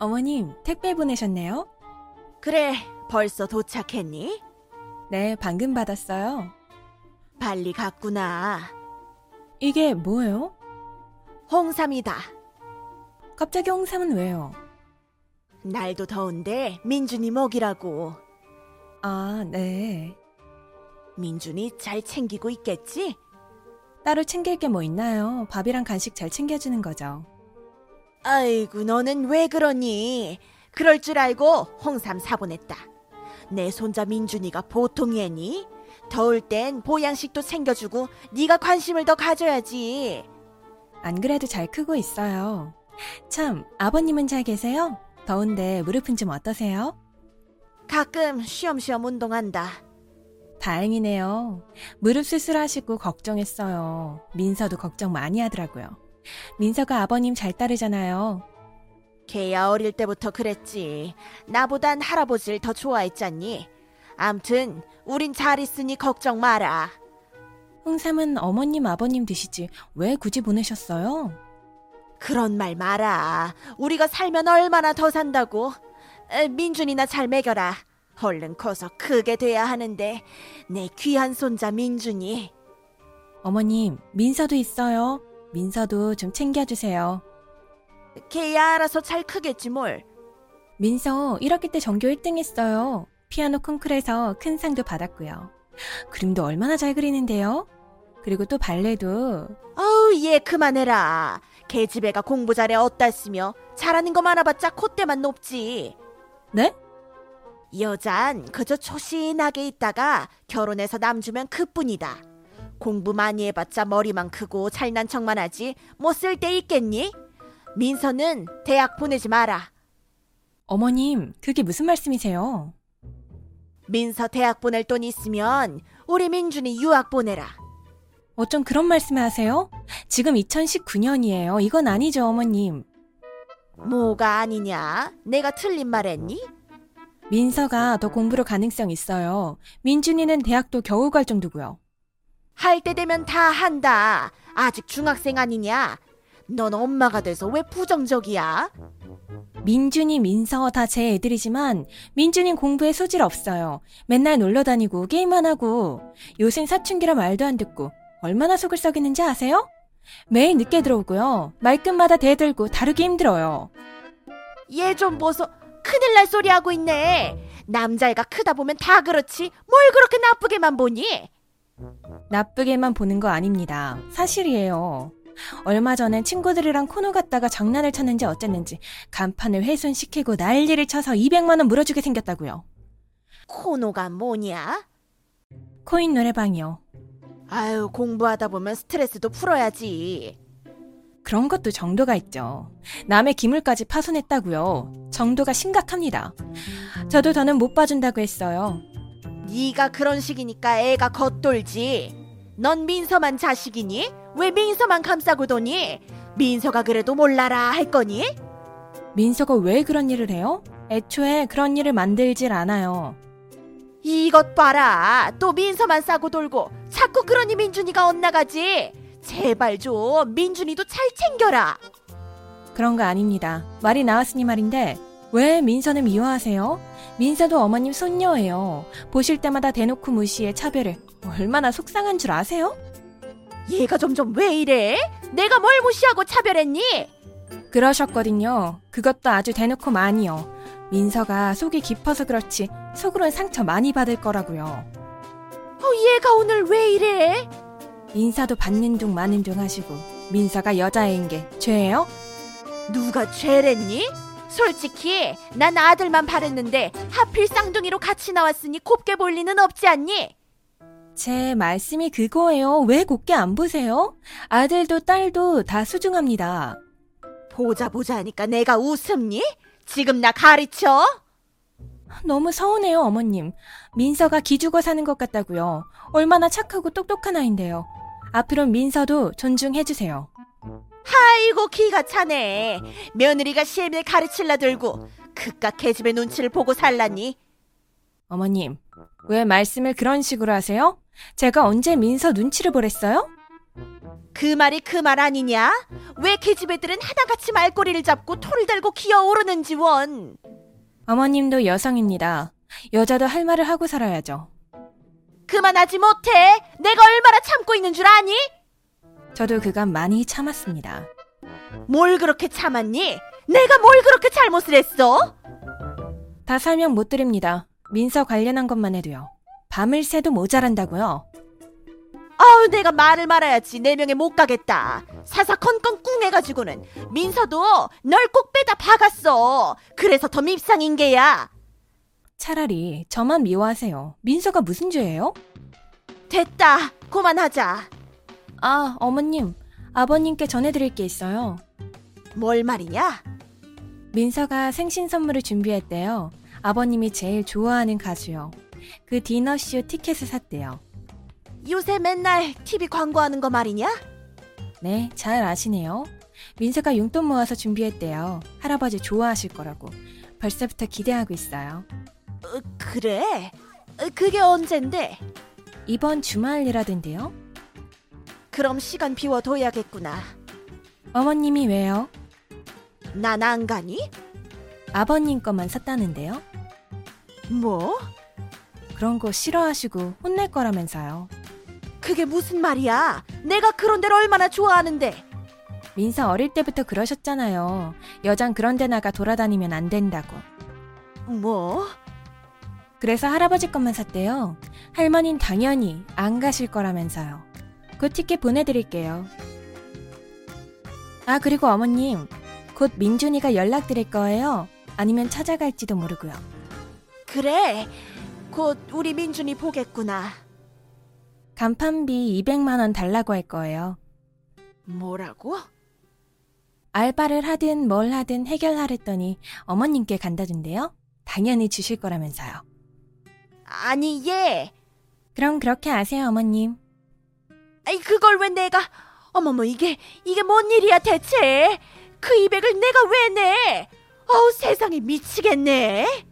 어머님, 택배 보내셨네요? 그래, 벌써 도착했니? 네, 방금 받았어요. 빨리 갔구나. 이게 뭐예요? 홍삼이다. 갑자기 홍삼은 왜요? 날도 더운데 민준이 먹이라고. 아, 네. 민준이 잘 챙기고 있겠지? 따로 챙길 게 뭐 있나요? 밥이랑 간식 잘 챙겨주는 거죠. 아이고, 너는 왜 그러니? 그럴 줄 알고 홍삼 사보냈다. 내 손자 민준이가 보통이 애니? 더울 땐 보양식도 챙겨주고 네가 관심을 더 가져야지. 안 그래도 잘 크고 있어요. 참, 아버님은 잘 계세요? 더운데 무릎은 좀 어떠세요? 가끔 쉬엄쉬엄 운동한다. 다행이네요. 무릎 수술하시고 걱정했어요. 민서도 걱정 많이 하더라고요. 민서가 아버님 잘 따르잖아요. 걔야 어릴 때부터 그랬지. 나보단 할아버지를 더 좋아했잖니. 암튼 우린 잘 있으니 걱정 마라. 홍삼은 어머님 아버님 드시지 왜 굳이 보내셨어요? 그런 말 마라. 우리가 살면 얼마나 더 산다고. 에, 민준이나 잘 먹여라. 얼른 커서 크게 돼야 하는데 내 귀한 손자 민준이 어머님, 민서도 있어요. 민서도 좀 챙겨주세요. 걔야 알아서 잘 크겠지 뭘. 민서 1학기 때 전교 1등 했어요. 피아노 콩쿨에서 큰 상도 받았고요. 그림도 얼마나 잘 그리는데요? 그리고 또 발레도 어우 얘 그만해라. 걔 집애가 공부 잘해 어따 쓰며 잘하는 거 많아봤자 콧대만 높지. 네? 여잔 그저 초신하게 있다가 결혼해서 남주면 그뿐이다. 공부 많이 해봤자 머리만 크고 잘난 척만 하지 뭐 쓸 데 있겠니? 민서는 대학 보내지 마라. 어머님, 그게 무슨 말씀이세요? 민서 대학 보낼 돈 있으면 우리 민준이 유학 보내라. 어쩜 그런 말씀을 하세요? 지금 2019년이에요. 이건 아니죠, 어머님. 뭐가 아니냐? 내가 틀린 말했니? 민서가 더 공부로 가능성 있어요. 민준이는 대학도 겨우 갈 정도고요. 할 때 되면 다 한다. 아직 중학생 아니냐? 넌 엄마가 돼서 왜 부정적이야? 민준이, 민서 다 제 애들이지만 민준이 공부에 소질 없어요. 맨날 놀러 다니고 게임만 하고 요샌 사춘기라 말도 안 듣고 얼마나 속을 썩이는지 아세요? 매일 늦게 들어오고요. 말끝마다 대들고 다루기 힘들어요. 얘 좀 보소. 큰일 날 소리 하고 있네. 남자애가 크다 보면 다 그렇지. 뭘 그렇게 나쁘게만 보니? 나쁘게만 보는 거 아닙니다. 사실이에요. 얼마 전엔 친구들이랑 코노 갔다가 장난을 쳤는지 어쨌는지 간판을 훼손시키고 난리를 쳐서 200만 원 물어주게 생겼다고요. 코노가 뭐냐? 코인 노래방이요. 아유, 공부하다 보면 스트레스도 풀어야지. 그런 것도 정도가 있죠. 남의 기물까지 파손했다고요. 정도가 심각합니다. 저도 더는 못 봐준다고 했어요. 네가 그런 식이니까 애가 겉돌지. 넌 민서만 자식이니? 왜 민서만 감싸고 도니? 민서가 그래도 몰라라 할 거니? 민서가 왜 그런 일을 해요? 애초에 그런 일을 만들질 않아요. 이것 봐라. 또 민서만 싸고 돌고 자꾸 그러니 민준이가 엇나가지. 제발 좀 민준이도 잘 챙겨라. 그런 거 아닙니다. 말이 나왔으니 말인데 왜 민서는 미워하세요? 민서도 어머님 손녀예요. 보실 때마다 대놓고 무시해 차별해. 얼마나 속상한 줄 아세요? 얘가 점점 왜 이래? 내가 뭘 무시하고 차별했니? 그러셨거든요. 그것도 아주 대놓고 많이요. 민서가 속이 깊어서 그렇지 속으론 상처 많이 받을 거라고요. 어, 얘가 오늘 왜 이래? 인사도 받는 둥 마는 둥 하시고 민서가 여자애인 게 죄예요? 누가 죄랬니? 솔직히 난 아들만 바랬는데 하필 쌍둥이로 같이 나왔으니 곱게 볼 리는 없지 않니? 제 말씀이 그거예요. 왜 곱게 안 보세요? 아들도 딸도 다 소중합니다. 보자 보자 하니까 내가 웃음니? 지금 나 가르쳐? 너무 서운해요, 어머님. 민서가 기죽어 사는 것 같다고요. 얼마나 착하고 똑똑한 아인데요. 앞으로 민서도 존중해주세요. 아이고 기가 차네. 며느리가 시애미를 가르칠라 들고 그깟 계집의 눈치를 보고 살라니. 어머님, 왜 말씀을 그런 식으로 하세요? 제가 언제 민서 눈치를 보랬어요? 그 말이 그 말 아니냐? 왜 계집애들은 하나같이 말꼬리를 잡고 토를 달고 기어오르는지 원. 어머님도 여성입니다. 여자도 할 말을 하고 살아야죠. 그만하지 못해. 내가 얼마나 참고 있는 줄 아니? 저도 그간 많이 참았습니다. 뭘 그렇게 참았니? 내가 뭘 그렇게 잘못을 했어? 다 설명 못 드립니다. 민서 관련한 것만 해도요. 밤을 새도 모자란다고요. 아우 내가 말을 말아야지 네 명에 못 가겠다 사사건건 꿍해가지고는 민서도 널 꼭 빼다 박았어 그래서 더 밉상인 게야 차라리 저만 미워하세요. 민서가 무슨 죄예요? 됐다 그만하자 아, 어머님. 아버님께 전해드릴 게 있어요. 뭘 말이냐 민서가 생신 선물을 준비했대요. 아버님이 제일 좋아하는 가수요. 그 디너쇼 티켓을 샀대요. 요새 맨날 TV 광고하는 거 말이냐 어, 네, 잘 아시네요. 민서가 용돈 모아서 준비했대요. 할아버지 좋아하실 거라고. 벌써부터 기대하고 있어요. 어, 그래 어, 그게 언젠데 이번 주말이라던데요? 그럼 시간 비워둬야겠구나 어머님이 왜요? 난 안 가니 아버님 것만 샀다는데요? 뭐 그런 거 싫어하시고 혼낼 거라면서요. 그게 무슨 말이야 내가 그런 데를 얼마나 좋아하는데 민서 어릴 때부터 그러셨잖아요. 여장 그런 데 나가 돌아다니면 안 된다고. 뭐 그래서 할아버지 것만 샀대요. 할머니는 당연히 안 가실 거라면서요. 그 티켓 보내드릴게요. 아, 그리고 어머님. 곧 민준이가 연락드릴 거예요. 아니면 찾아갈지도 모르고요. 그래, 곧 우리 민준이 보겠구나. 간판비 200만원 달라고 할 거예요. 뭐라고? 알바를 하든 뭘 하든 해결하랬더니 어머님께 간다던데요? 당연히 주실 거라면서요. 아니 얘, 그럼 그렇게 아세요, 어머님. 아이 그걸 왜 내가? 어머머 이게 이게 뭔 일이야 대체? 그 200을 내가 왜 내? 어우 세상에 미치겠네.